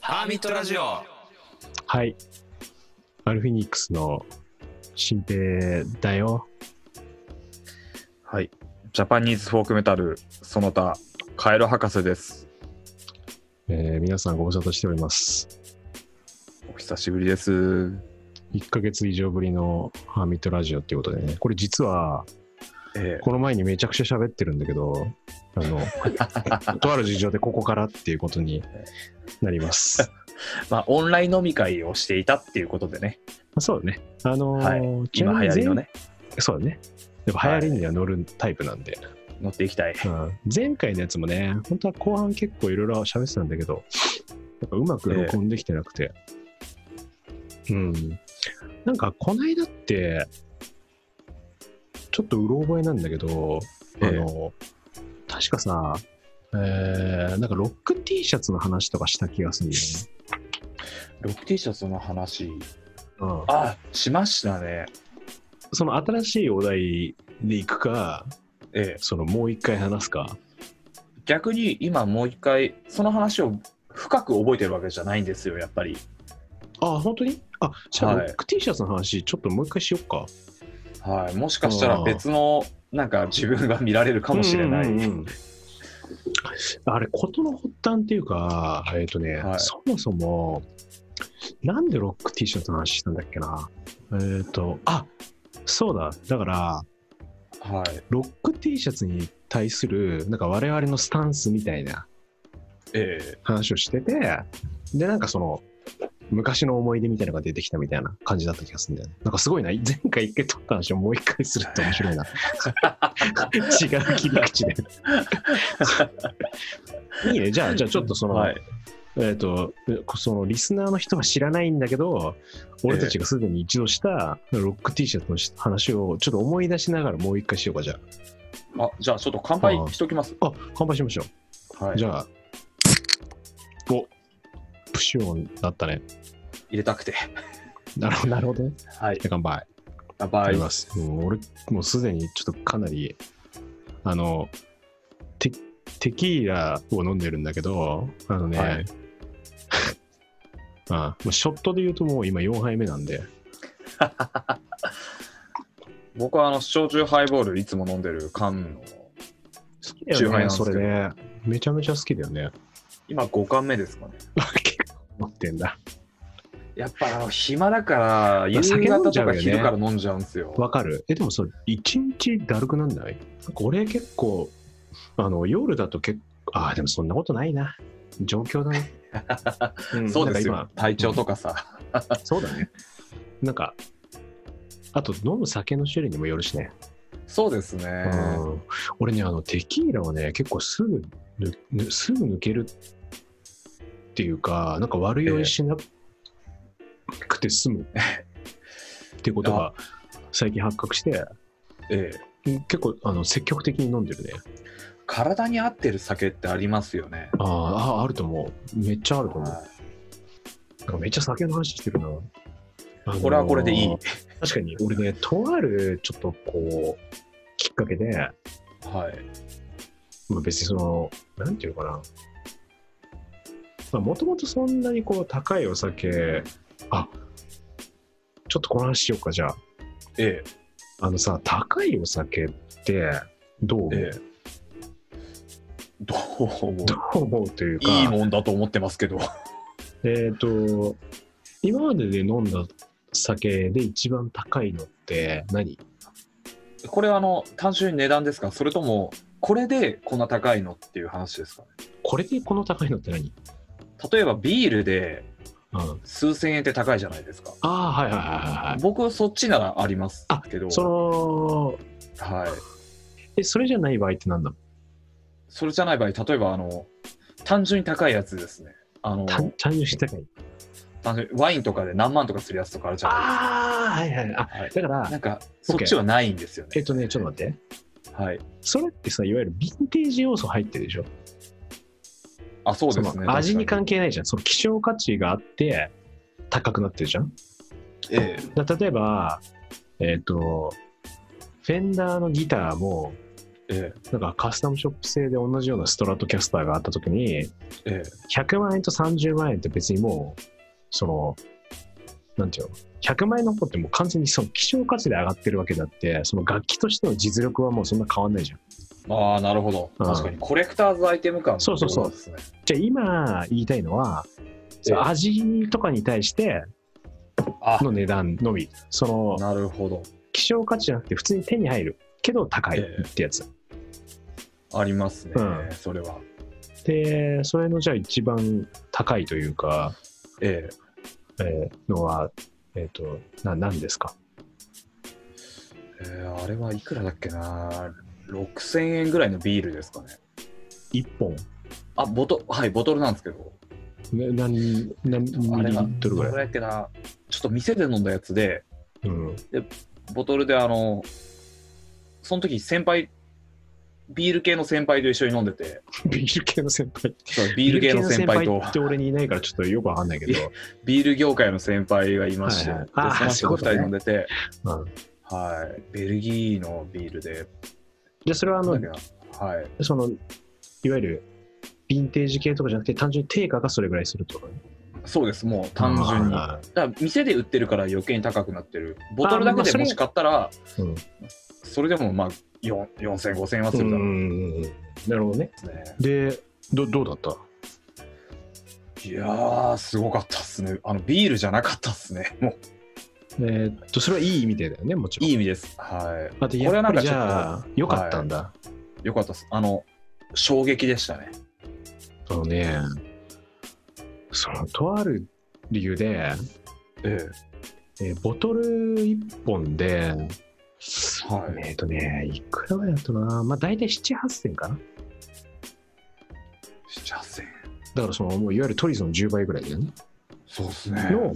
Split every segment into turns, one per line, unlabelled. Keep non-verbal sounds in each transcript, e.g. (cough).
ハーミットラジオ
はい。アルフィニックスの新平だよ。
はい。ジャパニーズフォークメタル、その他、カエル博士です。
えー皆さんご無沙汰しております。
お久しぶりです。
1ヶ月以上ぶりのハーミットラジオっていうことでね。これ実は、
え
この前にめちゃくちゃ喋ってるんだけど、あの、 (laughs) とある事情でここからっていうことになり
(laughs)
ます。
えまあ、オンライン飲み会をしていたっていうことでね、
あそうだね。あの
はい
ー、ちな
今
み
流行り
に前
のね、
そうだね。やっぱ流行りには乗るタイプなんで。
乗っていきたい。
うん前回のやつもね、本当は後半結構いろいろ喋ってたんだけど、やっぱうまく録音できてなくて。うん。なんか、こないだって、ちょっとうろ覚えなんだけど、
ええ
あの、確かさ、えー、なんかロック T シャツの話とかした気がするんだ
ロック T シャツの話、
よね。うん
あ、しましたね。
その新しいお題でいくか、
ええ
そのもう一回話すか。
逆に今もう一回、その話を深く覚えてるわけじゃないんですよ、やっぱり。
あ、本当にあ、じゃあ
は
ロ
い
ック T シャツの話、ちょっともう一回しよっか。
はい。もしかしたら別の、なんか自分が見られるかもしれない。
うんうんうんあれ、事の発端っていうか、えっ、とね、
はい
そもそも、なんでロック T シャツの話したんだっけな。えっ、と、あそうだ、だから、
はい。
ロック T シャツに対する、なんか我々のスタンスみたいな
え
話をしてて、で、なんかその、昔の思い出みたいなのが出てきたみたいな感じだった気がするんだよね。なんかすごいな。前回一回撮った話をもう一回するって面白いな。
(laughs)
違う切り口で。いいね。じゃあ、じゃあちょっとそ
え
の、
はい。
えっ、と、そのリスナーの人は知らないんだけど、俺たちがすでに一度したロック T シャツの話をちょっと思い出しながらもう一回しようか、じゃ
あ、じゃあちょっと乾杯しときます。
あ。あ、乾杯しましょう。
はい。
じゃあ、おプシュ音だったね。
入れたくて。
なるほど、なるほどね。
はい。
乾杯。
乾
あ
杯
り。ます。もう俺、もうすでにちょっとかなり、あの、テテキーラを飲んでるんだけど、あのね、
は
(laughs) あもうショットで言うともう今4杯目なんで、
僕はあの焼酎ハイボールいつも飲んでる缶の
好き
だよね
それね。めちゃめちゃ好きだよね。 (laughs)
今5缶目ですかね
結構持ってんだ。
やっぱあの暇だから夕
酒飲
方
ん
と
じゃうよ
か
ね
昼から飲んじゃうんですよ
わかるえ、でもそれ、一日だるくなんないなんか俺結構、あの、夜だと結構、ああ、でもそんなことないな。状況だ
(laughs)
ね。ん
そうです
なん
よ
か
体調とかさ、
今そうだね。なんか、あと飲む酒の種類にもよるしね。
そうですね、
うん俺ね、あの、テキーラはね、結構すぐぬ、ぬすぐ抜けるっていうか、なんか悪酔いしなくて済むっていうことが最近発覚して、
ええ
結構あの積極的に飲んでるね。
体に合ってる酒ってありますよね
ああ、ああると思う。めっちゃあると思う。
はい
なんかめっちゃ酒の話してるな。あのー
これはこれでいい、
確かに、俺ね、とあるちょっとこう、きっかけで、
はい
まあ、別にその、なんていうのかな。まあ、もともとそんなにこう、高いお酒、あ、ちょっとこの話しようか、じゃあ。
ええ
あのさ、高いお酒って、どう思う、
ええどうも
どう思うというか、
いいもんだと思ってますけど
えっ、と、今までで飲んだ酒で一番高いのって何
これはあの単純に値段ですかそれともこれでこんな高いのっていう話ですかね
これでこの高いのって何、
例えばビールで
うん、
数千円って高いじゃないですか。
ああ、はいはいはいはい。
僕はそっちならありますけど、
その、
はい、
え、それじゃない場合って何なの
それじゃない場合、例えばあの単純に高いやつですね。あの
単単純に高い。
単純にワインとかで何万とかするやつとかあるじゃな
ああ、はいはい。あ、
いです
だか
か。はい、な
ら、
んかそっちはないんですよ
えっ
ね。
とね、ちょっと待って。
はい、
それってさ、いわゆるヴィンテージ要素入ってるでしょ
あそうですね。
の味に関
係
係ないじゃん。その希少価値があって、高くなってるじゃん。
え
だ例えば、えっ、と、フェンダーのギターも、
え
なんかカスタムショップ製で同じようなストラトキャスターがあった時に、
え、え
100万円と30万円って別にもう、その、なんていうの、100万円の方ってもう完全にその希少価値で上がってるわけだって、その楽器としての実力はもうそんな変わんないじゃん。
え。ああ、なるほど。
うん
確かに、コレクターズアイテム感
そうそうそう
ってことですね。
じゃあ今言いたいのは、その味とかに対して
あ
の値段のみ、その
なるほど。
希少価値じゃなくて普通に手に入るけど高いってやつ。
ありますね、
うん
それは。
で、それのじゃあ一番高いというか、
ええ。
えーのは、えっ、と、な、何ですか
えーあれはいくらだっけな6000円ぐらいのビールですかね
一本。
あボトはいボトルなんですけど
ね、何、何ミ
あれ
リリ
が
ットル
ど
ぐ
れ
ら
だ
い
っけなちょっと店で飲んだやつで
うん。 (laughs)
ボトルであのその時先輩ビール系の先輩と一緒に飲んでて
ビール系の先輩。
そうビール系の先輩
ビール系の
と
先って俺にいないからちょっとよくわかんないけど。
ビール業界の先輩がいまして、
はいはい
で
あー
その人
そう
と2
いうこと
人
ね
飲んでて、
うん。
はいベルギーのビールで
じゃあそれはあ
なんだっ
の
け、なはい
その、いわゆる、ヴィンテージ系とかじゃなくて、単純に定価がそれぐらいするってことね。
そうですもう単純にだか
あ
ら店で売ってるから余計に高くなってるボトルだけ
あーまあそ
で
れ
もし買ったら
ーうん。
それでもまあ4 4000、5000円はするだろう
うんなるほどね。
ですね。
で、どどうだった
いやー、すごかったっすね。あの、ビールじゃなかったっすね。も
えーっと、それはいい意味でだよね、もち
う、
ろん。
いい意味です。は
あ
こ
と、
れ
や
は
っ
なん
ぱり
か
じ
ちょっと
ゃあ、良かったんだ。
い。よかったっす。あの、衝撃でしたね。
あのね、その、とある理由で、
え
えーボトル1本で、
え。はい。
えっ、とね、いくらぐらいだったかな、まあ、大体7、8000かな。
7、8000円。
だからその、もういわゆるトリスの10倍ぐらいだよね。
そうっすね。
の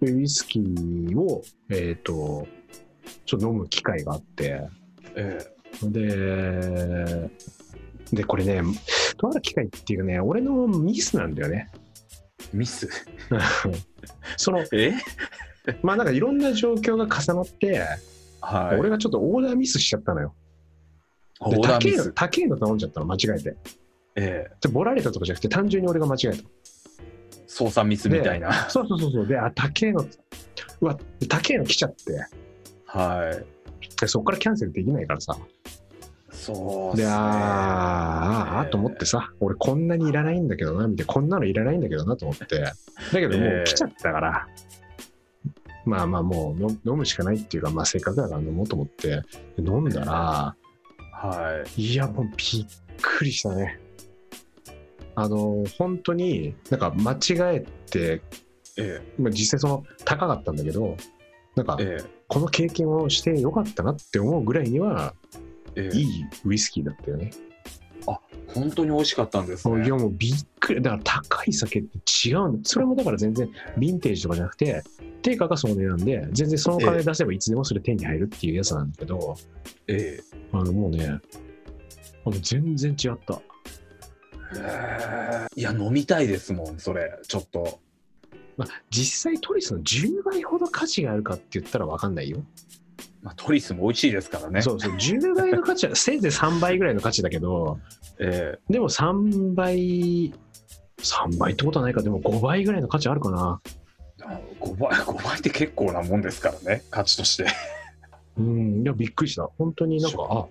ウイスキーを、えっ、と、ちょっと飲む機会があって、
え
で、で、これね、とある機会っていうね、俺のミスなんだよ
(laughs)
ね。
え。ミス。
その、
え
まあなんかいろんな状況が重なって、
はい。
俺がちょっとオーダーミスしちゃったのよ。
オ
で
ーダー
高
ミ
えの
ス。
高えの頼んじゃったの、間違えて。
え
で、ボラれたとかじゃなくて、単純に俺が間違えた。
え。操作ミスみたい (laughs) な。
そうそうそうそう。で、あ、高えの、うわ、で高えの来ちゃって、
はい。
でそこからキャンセルできないからさ。
そうっす
で、
ね。
あーあー、あーと思ってさ、俺こんなにいらないんだけどな、みたいな、こんなのいらないんだけどなと思って。だけども
え
う
え
来ちゃったから、まあまあもう飲飲むしかないっていうか、まあせっかくだから飲もうと思って、で飲んだら、
はい。
いや、もうびっくりしたね。あの、本当に、なんか間違えて、
え
まあ、実際その高かったんだけど、なんか
え。、え
この経験をしてよかったなって思うぐらいには、
え。え
い
え。
いウイスキーだったよね。
本当に美味しかったんです
そうい
ね
や。もうびっくり、だから高い酒って違うんだ。それもだから全然、ヴィンテージとかじゃなくて、定価がその値段で、全然そのお金出せばいつでもそれ手に入るっていうやつなんだけど、
ええ。
あのもうね、あの全然違った。
いや、飲みたいですもん、それ、ちょっと。
まあ、実際トリスの10倍ほど価値があるかって言ったら分かんないよ。
まあ、トリスも美味しいですからね。
そうそう、10倍の価値は、 (laughs) せいぜい3倍ぐらいの価値だけど、
え
でも3倍、3倍ってことはないか、でも5倍ぐらいの価値あるかな。
え5倍、5倍って結構なもんですからね、価値として。
うん、いや、びっくりした。本当になんか、あ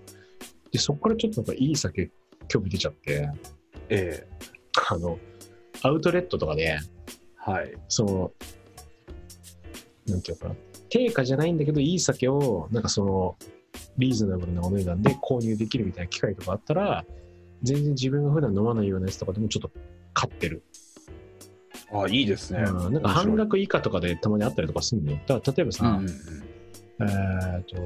で、そこからちょっとなんかいい酒、興味出ちゃって、 (laughs)
ええ
あの、アウトレットとかで、
はい。
その、なんていうのかな、定価じゃないんだけど、いい酒を、なんかその、リーズナブルなお値段で購入できるみたいな機会とかあったら、全然自分が普段飲まないようなやつとかでもちょっと買ってる。
あいいですね。
うん、なんか半額以下とかでたまにあったりとかするのよ。だから例えば
うん
さ、
うんうん。
えーっと、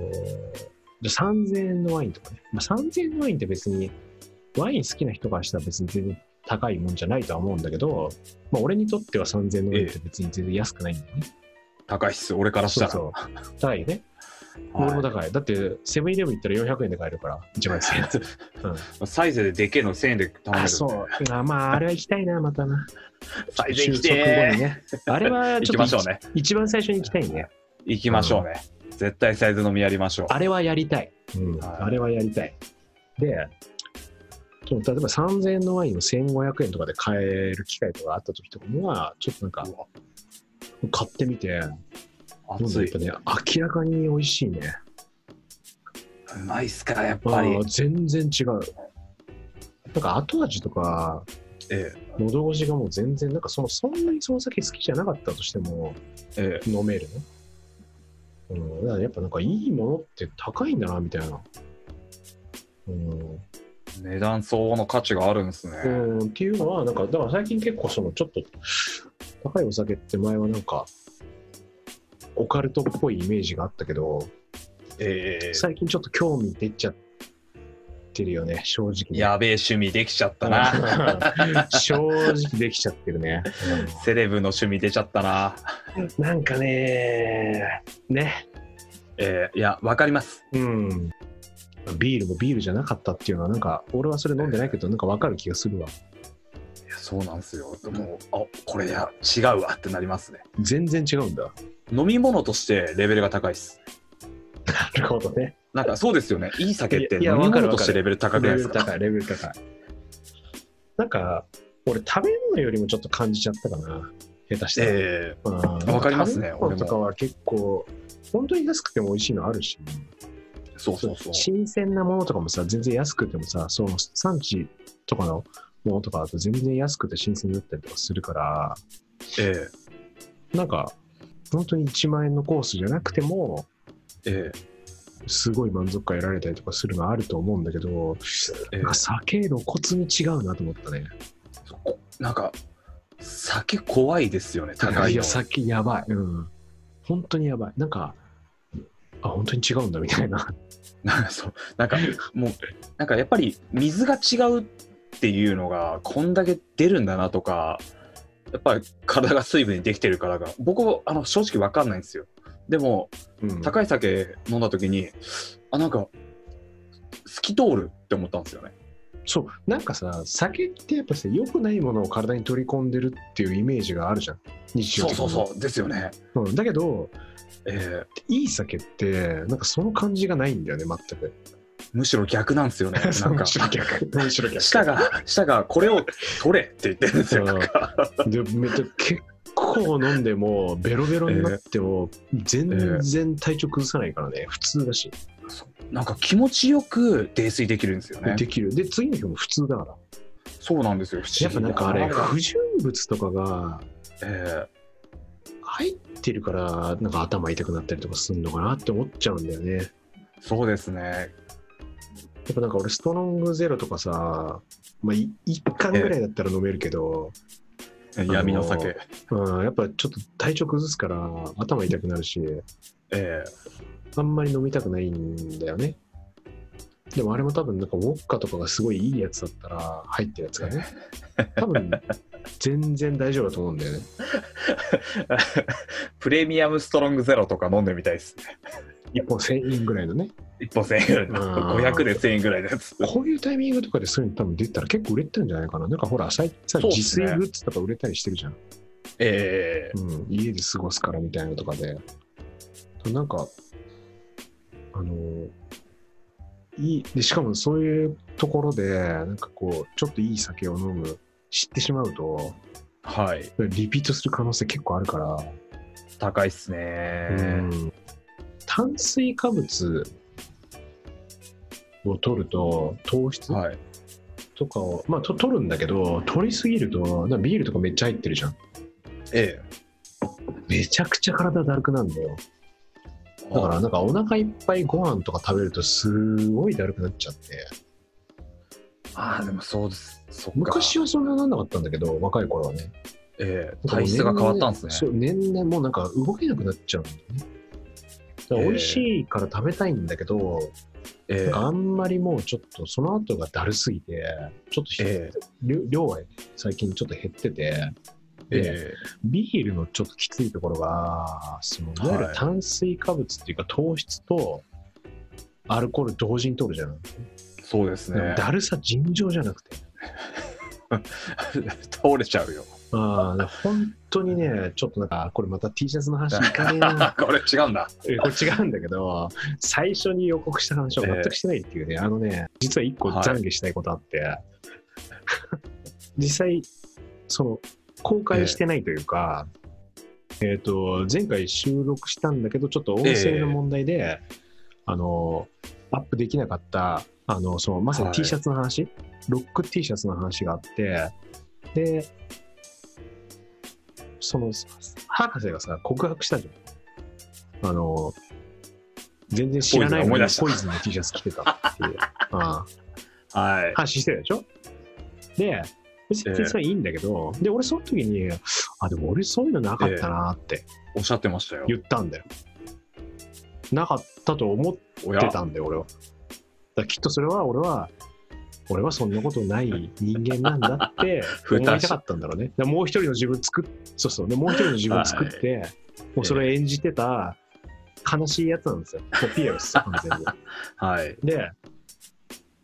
じゃあ3000円のワインとかね。まあ、3000円のワインって別に、ワイン好きな人からしたら別に全然高いもんじゃないとは思うんだけど、まあ俺にとっては3000円のワインって別に全然安くないんだよね。
高いっす、俺からしたら。
そうそう高いよね。
はい
俺も高い。だって、セブンイレブン行ったら400円で買えるから、一番安いや (laughs) つ。
サイズででけえの1000円で頼めるん
あ、
で
そう。あまあ、あれは行きたいな、ま
(laughs)
たな。
サイズ行き
収束後
て
にね。あれは
ー。行
ち
き
ょ
ま
っ
しょう
と、
ね。
一番最初に行きたいね。
行きましょうね。絶対サイズ飲みやりましょう。
あれはやりたい。うん
はい
あれはやりたい。で、そう例えば3000円のワインを1500円とかで買える機会とかあった時とかには、ちょっとなんか
う、わ
買ってみて、飲ん
熱
で
い。
やっぱね、明らかに美味しいね。
うまいっすか、やっ
あ
ぱり
ー。全然違う。なんか後味とか、
え
喉越しがもう全然、なんかそのそんなにその先好きじゃなかったとしても、
え、え
飲めるね。うん、だからやっぱなんかいいものって高いんだな、みたいな。うん
え、値段相応の価値があるんですね。
うん、っていうのは、なんか、だから最近結構そのちょっと高いお酒って前はなんか、オカルトっぽいイメージがあったけど、
ええ
最近ちょっと興味出ちゃってるよね、正直ね。
やべえ趣味できちゃったな。
正直できちゃってるね。
セレブの趣味出ちゃったな。
なんかね、ね。
ええ、いや、わかります。
うん。ビールもビールじゃなかったっていうのは、なんか、俺はそれ飲んでないけど、なんかわかる気がするわ。
いやそうなんですよ。もう、あこれいや、違うわってなりますね。
全然違うんだ。
飲み物としてレベルが高いっす。
なるほどね。
なんかそうですよね。いい酒って
いや
飲み
わかる
物としてレベル高くない
レ
です
ベル
か
高い、レベル高い。なんか、俺、食べ物よりもちょっと感じちゃったかな。下手したら。
え
うん
わかりますね
食べ物とかは結構、本当に安くても美味しいのあるし。
えそうそうそう。
新鮮なものとかもさ、全然安くてもさ、その産地とかのものとかだと全然安くて新鮮だったりとかするから、
え
なんか、本当に1万円のコースじゃなくても、
ええ
すごい満足感得られたりとかするのはあると思うんだけど、
ええ
なんか酒露骨に違うなと思ったね。
そこなんか、酒怖いですよね、高い
い
の
や、。酒やばい。うん。本当にやばい。なんか、あ、本当に違うんだみたいな。
なんか (laughs) そうなんか、もう、なんかやっぱり水が違うっていうのが、こんだけ出るんだなとか、やっぱり体が水分にできてるからが、僕はあの正直わかんないんですよ。でも、
うん
高い酒飲んだ時に、あ、なんか、透き通るって思ったんですよね。
そう、なんかさ、酒ってやっぱさ、良くないものを体に取り込んでるっていうイメージがあるじゃん。日常
そう
的に
そうそう、ですよね。
うん、だけど、
えー
いい酒って、なんかその感じがないんだよね、全く。
むしろ逆なんですよ
(laughs)
ね。なんか
む、しろ逆。むしろ逆。
舌が、舌がこれを取れって言ってるんですよ。
うん
なんか
でめっちゃ結構飲んでも、ベロベロになっても、全然体調崩さないからね、普通だし、
なんか気持ちよく泥酔できるんですよね。
できる。で、次の日も普通だから。
そうなんですよ。不
や
思
っ
議だ
ぱなんかあれ、
なんか
不純物とかが
え
入ってるから、なんか頭痛くなったりとかするのかなって思っちゃうんだよね。や
ーそうですね。
っぱなんか俺、ストロングゼロとかさ、まあ、1缶ぐらいだったら飲めるけど、のー
闇の酒。
うん、やっぱちょっと体調崩すから頭痛くなるし、
え
あんまり飲みたくないんだよね。でもあれも多分なんかウォッカとかがすごいいいやつだったら入ってるやつがね。多分全然大丈夫だと思うんだよね。
ープレミアムストロングゼロとか飲んでみたいですね。
1本1000円ぐらいのね。
1本1000円ぐらいの。
うん
500で1000円ぐらいのやつ。
こういうタイミングとかでそういうの多分出たら結構売れてるんじゃないかな。なんかほら、最近さ、
そうっ
自
す
炊
ね
グッズとか売れたりしてるじゃん。
ええ
うん、家で過ごすからみたいなのとかで、なんか、あの、いい、で、しかもそういうところで、なんかこう、ちょっといい酒を飲む、知ってしまうと、
はい。
リピートする可能性結構あるから、
高いっすね、
うん炭水化物を取ると、糖質
はい。
とかを、まあ、と取るんだけど、取りすぎると、なんかビールとかめっちゃ入ってるじゃん。
ええ
めちゃくちゃ体だるくなるんだよ。だからなんかお腹いっぱいご飯とか食べるとすごいだるくなっちゃって
ああ、でもそうです。そっか。
昔はそんななんなかったんだけど若い頃はね
ええ体質が変わったんです
そ
ね。
う年々もうなんか動けなくなっちゃうんだよねだから美味しいから食べたいんだけど、
ええ
なんかあんまりもうちょっとその後がだるすぎてちょっとひ、
え
量量は最近ちょっと減ってて
え
で
え
ビールのちょっときついところがそのいわゆる炭水化物っていうか糖質とアルコール同時に取るじゃない
えそうですね。
だるさ尋常じゃなくて。
(laughs) 倒れちゃうよ。。
ああ、だから本当にね、ちょっとなんか、あこれまた T シャツの話いかねえ
(laughs)
な
これ違うんだ。
えこれ違うんだけど、最初に予告した話を全くしてないっていうね、あのね、実は一個
はい
懺悔したいことあって、 (laughs) 実際、その、公開してないというか、えっ、と、前回収録したんだけど、ちょっと音声の問題で、あの、アップできなかった、あの、その、まさに
はい
T シャツの話、ロック T シャツの話があって、で、その、博士がさ、告白したじゃん。あの、全然知らないの
ポイズン思い出
に
した
ポイズンの T シャツ着てたって
(laughs)
いう、うん、
はい。
話してたでしょで、別にそれはいいんだけど、で、俺その時に、あ、でも俺そういうのなかったなって
おっしゃってましたよ。
言ったんだよ。なかったと思っ
お
ってたんだよ、俺は。だからきっとそれは俺は、俺はそんなことない人間なんだって
ふ
思い
た
たかったんだろうね。だからもう一人の自分作っ、そうそう、でもう一人の自分作って、もうそれを演じてた悲しいやつなんですよ。もうピエロです、完全に。
はい。
で、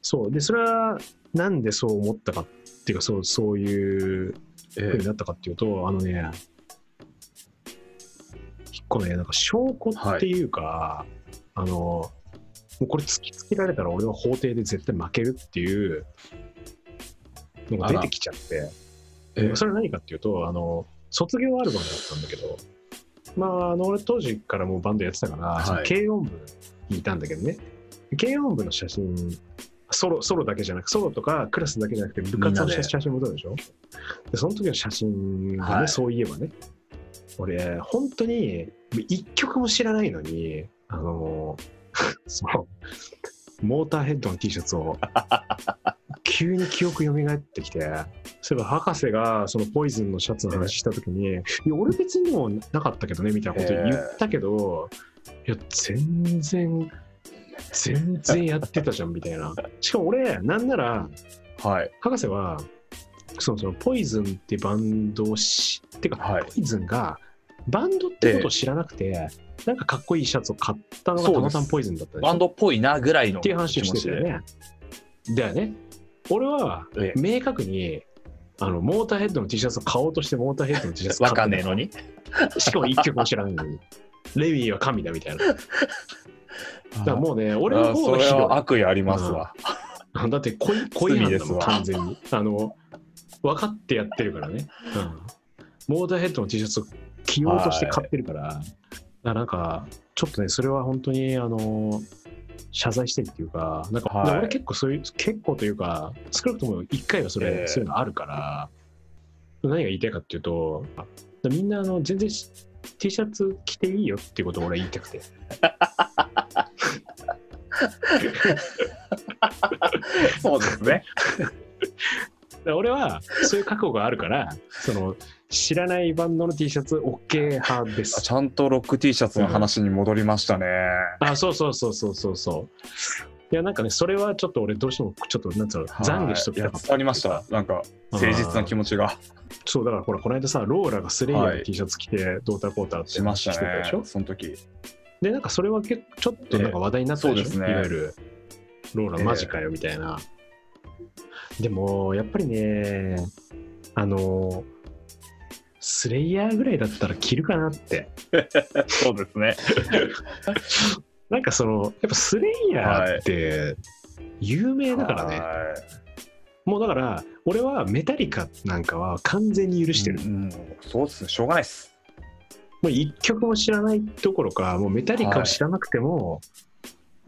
そう、で、それはなんでそう思ったかっていうか、そうそういう
え
ふうに
ー
なったかっていうと、あのね、一個ね、なんか証拠っていうか、あの、もうこれ突きつけられたら俺は法廷で絶対負けるっていうのが出てきちゃって、
えー
それは何かっていうと、あの、卒業アルバムだったんだけど、まあ、あの俺当時からもうバンドやってたから、
はい
その軽音部にいたんだけどね、軽音部の写真、ソロソロだけじゃなく、ソロとかクラスだけじゃなくて、部活の
みんな
写
で
写真も撮るでしょで、その時の写真がね、
はい
そういえばね、俺、本当に一曲も知らないのに、あの、 (laughs) その、モーターヘッドの T シャツを、急に記憶蘇ってきて、そういえば博士がそのポイズンのシャツの話した時に、いや俺別にもうなかったけどねみたいなこと言ったけど、いや全然全然やってたじゃんみたいなしかも俺なんなら
はい。
博士はそのそのポイズンってバンドを知ってか、
はい
ポイズンがバンドってことを知らなくて、なんかかっこいいシャツを買ったのがたま
そう
たま
です
ポイズンだったでしょ
バンドっぽいなぐらいの
っていう話をしてたよね。だよね。俺は
気持ちで。
明確にあのモーターヘッドの T シャツを買おうとしてモーターヘッドの T シャツ
わ
買
か
っ
ん
て
ねえのに。
たしかも一曲も知らないのに。レミーは神だみたいな。だか
あ
ら
ー
もうね、俺の方
そ
がひ
れ
ど
は悪意ありますわ。
い。 (laughs) だって恋恋なんだもん、
罪
完全に。あの、分かってやってるからね。うんモーターヘッドの T シャツを着ようとして買ってるから、だからなんか、ちょっとね、それは本当に、あの、謝罪してるっていうか、なんか、
はい
で俺結構そういう、結構というか、少なくとも一回はそれ、
ええ
そういうのあるから、何が言いたいかっていうと、みんなあの全然し T シャツ着ていいよっていうことを俺言いたくて。
そうですね。
だから俺はそういう覚悟があるから、 (laughs) その知らないバンドの T シャツ OK 派で
あ
す
ち。ゃんとロック T シャツの話に戻りましたね。
あ、そうそうそうそうそうそう。いや、なんかね、それはちょっと俺どうしても、ちょっと、なんつうの、
はい
懺悔しときたか
い
っ
や
た。
伝わりました。。なんか、誠実な気持ちが
そう、だからほら、この間さ、ローラがスレイヤー
は
の
い
T シャツ着て、ドーターコーターって
しました
着てた
ね
でしょ。
その時。
で、なんかそれは結構ちょっとなんか話題になったでしょ、
ええそうですね
いわゆる、ローラマジかよみたいな。でも、やっぱりね、あの、スレイヤーぐらいだったら着るかなって。
そうですね。
なんかその、やっぱスレイヤーって有名だからね。
はい
もうだから、俺はメタリカなんかは完全に許してる。
うんうんそうっすね。しょうがないっす。
もう一曲も知らないどころか、もうメタリカを知らなくても、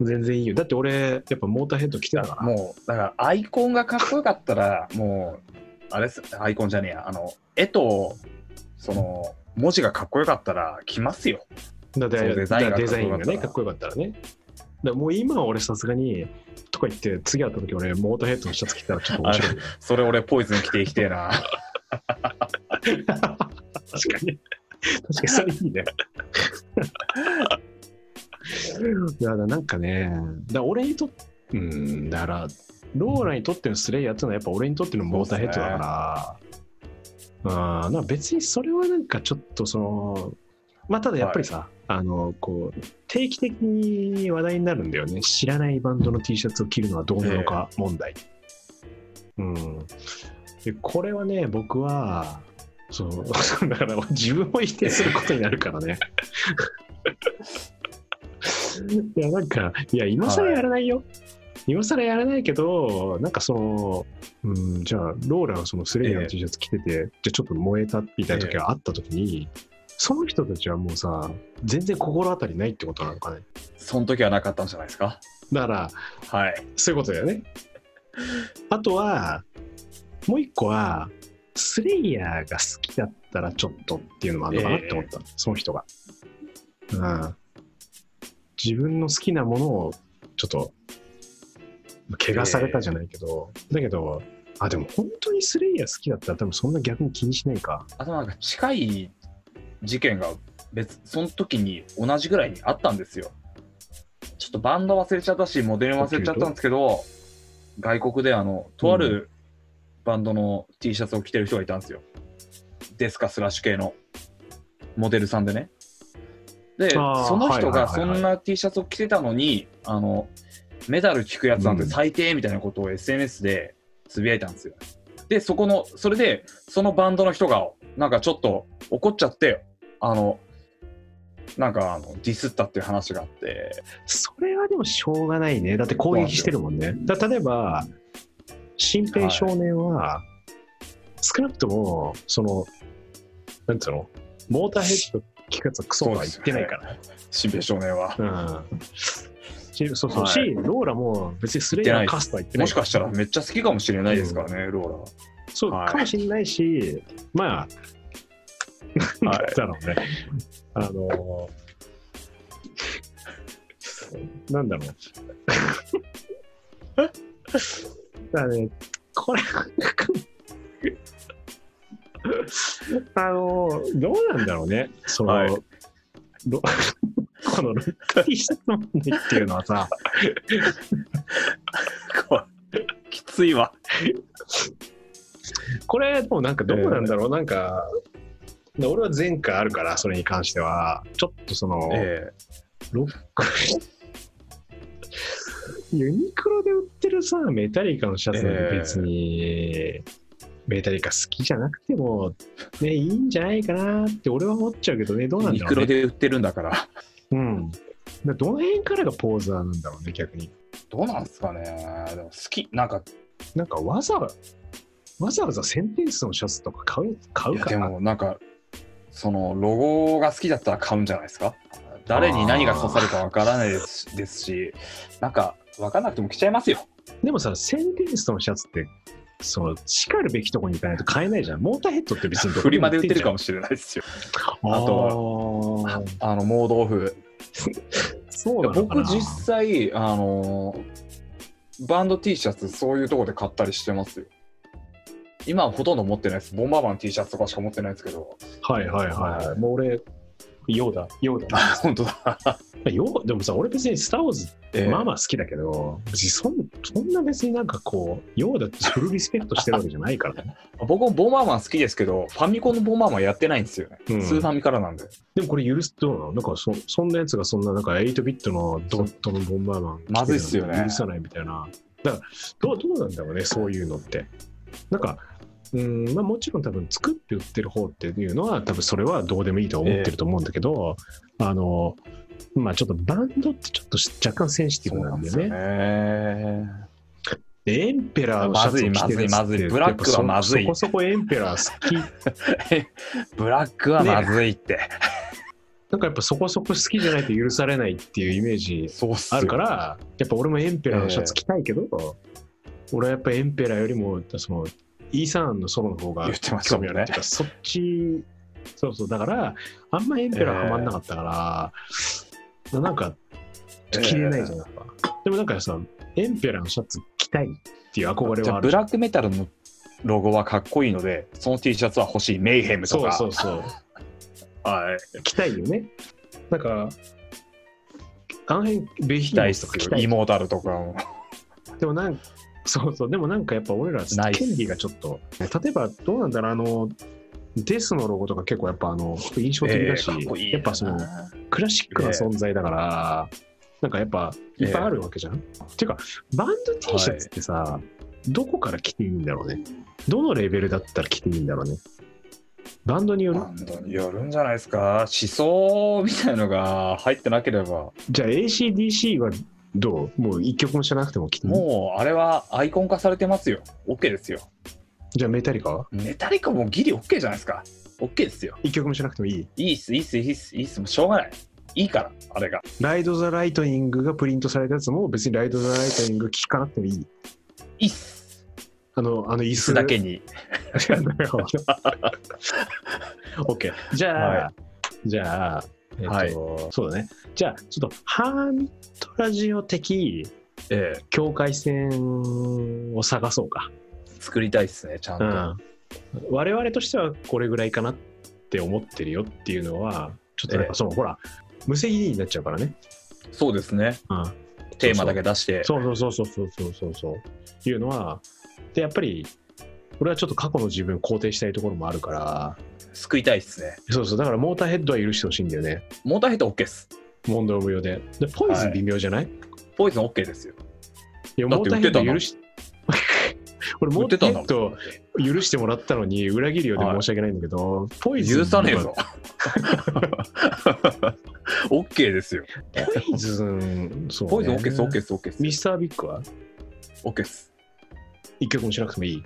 全然いいよ。だって俺、やっぱモーターヘッド着てたから。
もう、だから、アイコンがかっこよかったら、もう、あれっす、アイコンじゃねえや。あの、絵と、その、文字がかっこよかったら、来ますよ。
だって
そう
デ
デ
ザ
ザイン
イン
が
がデザインがね、か
か
っ
っ
こよかったらね。だからもう今は俺さすがに、とか言って、次会った時俺、モーターヘッドのシャツ着てたらちょっと面白い。
(laughs) それ俺、ポイズン着ていきてえな。 (laughs)
確かに。確かにそれいいね。だからなんかね、だから俺にとって、うん、だから、ローラにとってのスレイヤーっていうのはやっぱ俺にとってのモーターヘッドだから、ああなんか別にそれはなんかちょっとその、まあただやっぱりさ、あの、こう、定期的に話題になるんだよね。知らないバンドの T シャツを着るのはどうなのか問題。うん。でこれはね、僕は、そう。 (laughs) だから自分を否定することになるからね。 (laughs) いや、なんか、いや、今更やらないよ。今更やらないけど、なんかその、うん、じゃあ、ローラがそのスレイヤーの T シャツ着てて、じゃあちょっと燃えたみたいな時があった時に、その人たちはもうさ、全然心当たりないってことなのかね。
その時はなかったんじゃないですか
だから、
はい。
そういうことだよね。あとは、もう一個は、スレイヤーが好きだったらちょっとっていうのもあるのかなって思った、その人が。うん。自分の好きなものをちょっと、怪我されたじゃないけど、だけど、あ、でも本当にスレイヤー好きだったら多分そんな逆に気にしないか。
あとなんか近い事件が別、その時に同じぐらいにあったんですよ。ちょっとバンド忘れちゃったし、モデル忘れちゃったんですけど、外国であの、とあるバンドの T シャツを着てる人がいたんですよ。デスカスラッシュ系のモデルさんでね。で、
あー
その人が
はいはい
そ
はいはい
んな T シャツを着てたのに、あの、メダル聞くやつなんて最低みたいなことを SNS でつぶやいたんですよ。で、そこの、それで、そのバンドの人が、なんかちょっと怒っちゃって、あの、なんかあのディスったっていう話があって、
それはでもしょうがないね。だって攻撃してるもんね。だ例えば、新兵少年は、少なくとも、その、なんつうの、モーターヘッド聞くやつはクソとは言ってないから。
新兵少年は。
うんしそうそ
は
う、
い
し、ローラも別にスレイヤーカスとは言ってな
も
い
し
から
かしたらめっちゃ好きかもしれないですからね、ロ
そう、
はい
かもしれないし、まあ、
はい
なんだろうね。あのーなんだろう。だからね、これ、あのーどうなんだろうね。その、
はい
ろ (laughs) この6回質問でっていうのは (laughs) さ、
ーラ。きついわ。
これでもなんかどうなんだろう、なんかで俺は前回あるからそれに関してはちょっとその、
え
ロック (laughs) ユニクロで売ってるさメタリカのシャツなんて別に、メタリカ好きじゃなくてもねいいんじゃないかなって俺は思っちゃうけどねどう
え
なん
ニ
だ
ク
ろう
ロ
ね
で売ってるんだから。
うんだからどの辺からがポーザーなんだろうね逆に
どうなんですかね。でも好き、なんか、
なんかわざわわざわざセンテンスのシャツとか買う買
いうや
か
で
な
もなんか、そのロゴが好きだったら買うんじゃないですか。誰に何が刺さるかわからないですですし、なんか、わかんなくても着ちゃいます (laughs) よ。
でもさ、センテンスのシャツって、その、しかるべきとこに行かないと買えないじゃん。モーターヘッドって別にどこ
フリマで売ってるか
も。
もしれないですよ。
あ
あ
とは、
あの、盲導布。
そう
いや
なの
僕
かな
実際、あのーバンド T シャツそういうとこで買ったりしてますよ今はほとんど持ってないですボンバーマン T シャツとかしか持ってないですけど
はいはいはい。もう俺、ヨーダ、ヨーダ。
本当だ、
ヨーでもさ、俺別にスター・ウォーズ、まあ
マ
まあ好きだけど、別にそんそんな別になんかこう、ヨーダってフルリスペクトしてるわけじゃないからね。
僕もボンバーマン好きですけどファミコンのボンバーマンやってないんですよね、
うん
スーファミからなんで
でもこれ許すどうなのなんかそ、そんなやつがそんな、なんか8ビットのドットのボンバーマン、
まずいっすよね
許さないみたいな。だから、どう、どうなんだろうね、そういうのって。なんか、うん、まあもちろん多分作って売ってる方っていうのは、多分それはどうでもいいと思ってると思うんだけど、あの、まあちょっとバンドってちょっと若干センシティ
そう
ブな
なんんで
だ
す
よ
よ
ね。
ね
でエンペラーのシャツを着てるやつっ
ま
て
ずいまずいまずいブラックはまずい
やっぱそそこそこエンペラー好き
ブラックはまずいって、
なんかやっぱそこそこ好きじゃないと許されないっていうイメージ
そうっすよ
あるから、やっぱ俺もエンペラーのシャツ着たいけど、俺はやっぱエンペラーよりも、その、イーサンのソロの方が
言ってました
興
もん
味
ね
あるっていうか、そっち、そうそう、だから、あんまエンペラーはまんなかったから、なんか、着れないじゃん、やっぱ。でもなんかさ、エンペラーのシャツ着たいっていう憧れ
じゃあ
はある
ブ
じゃん
ラックメタルのロゴはかっこいいのでその T シャツは欲しいメイヘムと
そう
か
そうそう。
はい
着たいよね。なんか、あの辺、ベヒ
大
タイ
好
スとか
き
着
よ
たい
イモータルとかも
でもなんそうそう、でもなんかやっぱ俺ら
ナイス
権利がちょっと、例えばどうなんだろう、あの、デスのロゴとか結構やっぱあの印象的だし、
えーかっこいいな
やっぱそのクラシックな存在だから、なんかやっぱいっぱいあるわけじゃん。ていうか、バンド T シャツってさ、どこから着ていいんだろうね。どのレベルだったら着ていいんだろうね。バンドによる
バンドによるんじゃないですか思想みたいのが入ってなければ
じゃあ ACDC はどうもう一曲も知らなくてもきっと
もうあれはアイコン化されてますよ OK ですよ
じゃあメタリカは
ネタリカもギリ OK じゃないですか OK ですよ
一曲も知らなくてもいい
いいっすいいっすいいっすいいっすもうしょうがないいいからあれが
ライド・ザ・ライトニングがプリントされたやつも別にライド・ザ・ライトニング聞かなくてもいい
いいっす
あのあの椅
椅子
子
だ
(laughs)
けに
OK じゃあ、
は
じゃあ、えっと
はい
そうだねじゃあちょっとハーミットラジオ的
ええ
境界線を探そうか、
作りたいっすねちゃん
う
と、
ん、我々としてはこれぐらいかなって思ってるよっていうのはちょっとやっ
え
ぱ
え
その、ほら無責任になっちゃうからね、
そうですね
うん、
テーマだけ出して
そうそうそうそうそうそうそうそういうのはでやっぱり俺はちょっと過去の自分を肯定したいところもあるから
救いたいっすね
そうそうだからモーターヘッドは許してほしいんだよね
モーターヘッド OK っす
問答無用ででポイズン微妙じゃない、い、
ポイズン OK ですよ
や
だ
モ
っ
ー
て
タ
売ってたんだ
ーヘッド
もん
許し (laughs) 俺モ
売
ー
っ
タ
てた
ーヘ
んだ
ッ
もん
ド許してもらったのに裏切るようで申し訳ないんだけど、ポイズン
許さねえぞ OK ですよ
ポイズンそう、ね、
ポイズン OK です OK です
ミ
OK
スタービッグは
です
一曲もしなくてもいい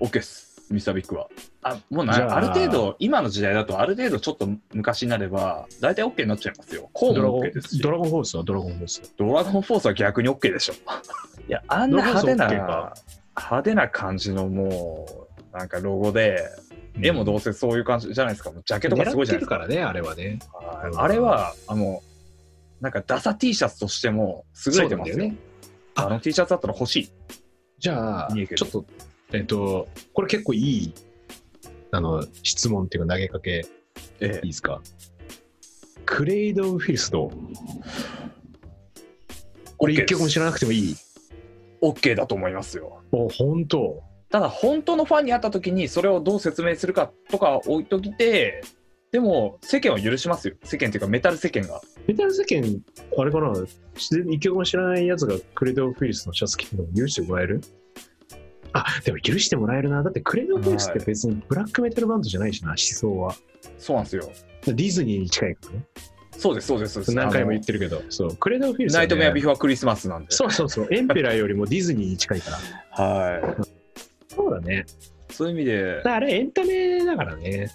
OK ですミスタービッグはあもうな
じゃあ
ある程度今の時代だとある程度ちょっと昔になれば大体 OK になっちゃいますよコー
ド
ン
ラ
も
ゴン
OK ですし
ドラゴンホースはドラゴンホース
ドラゴンフォースは逆に OK でしょ。いや、あんな派手な、
ドラゴンフォー
派手な感じのもう、なんかロゴで、絵もどうせそういう感じじゃないですか。もうジャケットがすごいじゃないですか。
狙ってるからねあれはね
はい
うん
あれは、あの、なんかダサ T シャツとしても優れてますよ。
そうなんだよ
ね、あの T シャツだったら欲しい。
じゃあ、
いいけ
ち
ど
ょっと、えっと、これ結構いい、あの、質問っていうか投げかけ、
え
いいですかクレイド・オブ・フィルスどうこれ一曲も知らなくてもいい
え、OK だと思いますよ。
お、本当
ただ本当のファンに会った時にそれをどう説明するかとかは置いときて、でも世間は許しますよ。世間っていうかメタル世間が。
メタル世間、あれかな一曲も知らないやつがクレイド・オブ・フィルスのシャツ着てるの許してもらえるあ、でも許してもらえるな。だってクレイド・オブ・フィルスって別にブラックメタルバンドじゃないしな、思想は。
そうなんですよ。
ディズニーに近いからね。
そうです、そうです。そうです
何回も言ってるけど、そう、クレイド・オブ・フィルスは
ナ
ね、
イトメアビフォアクリスマスなんで。
そうそうそう、エンペラーよりもディズニーに近いから。
は
そうだね。
い。そういう意味で
だか、らあれエンタメだからね。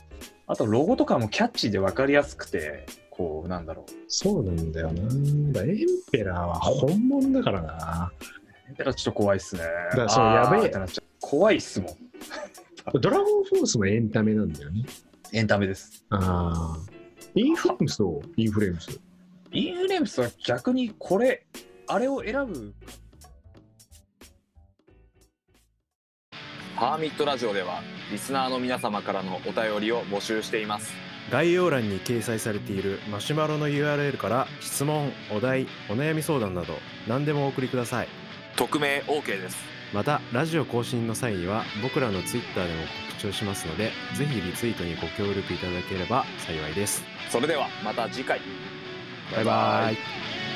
あとロゴとかもキャッチーで分かりやすくて、こう、なんだろう。
そうなんだよな。だからエンペラーは本物だからな。
だからちょっと怖いっすね。
らそう
あー
やべえ
ってなっちゃう。怖いっすもん。
ドラゴンフォースもエンタメなんだよね。
エンタメです。
ああ。インフレームスをインフレームス。
インフレームスは逆にこれ、あれを選ぶ。
ハーミットラジオではリスナーの皆様からのお便りを募集しています
概要欄に掲載されているマシュマロの URL から質問お題お悩み相談など何でもお送りください
匿名 OK です
またラジオ更新の際には僕らの Twitter でも告知をしますのでぜひリツイートにご協力いただければ幸いです
それではまた次回
バイバイ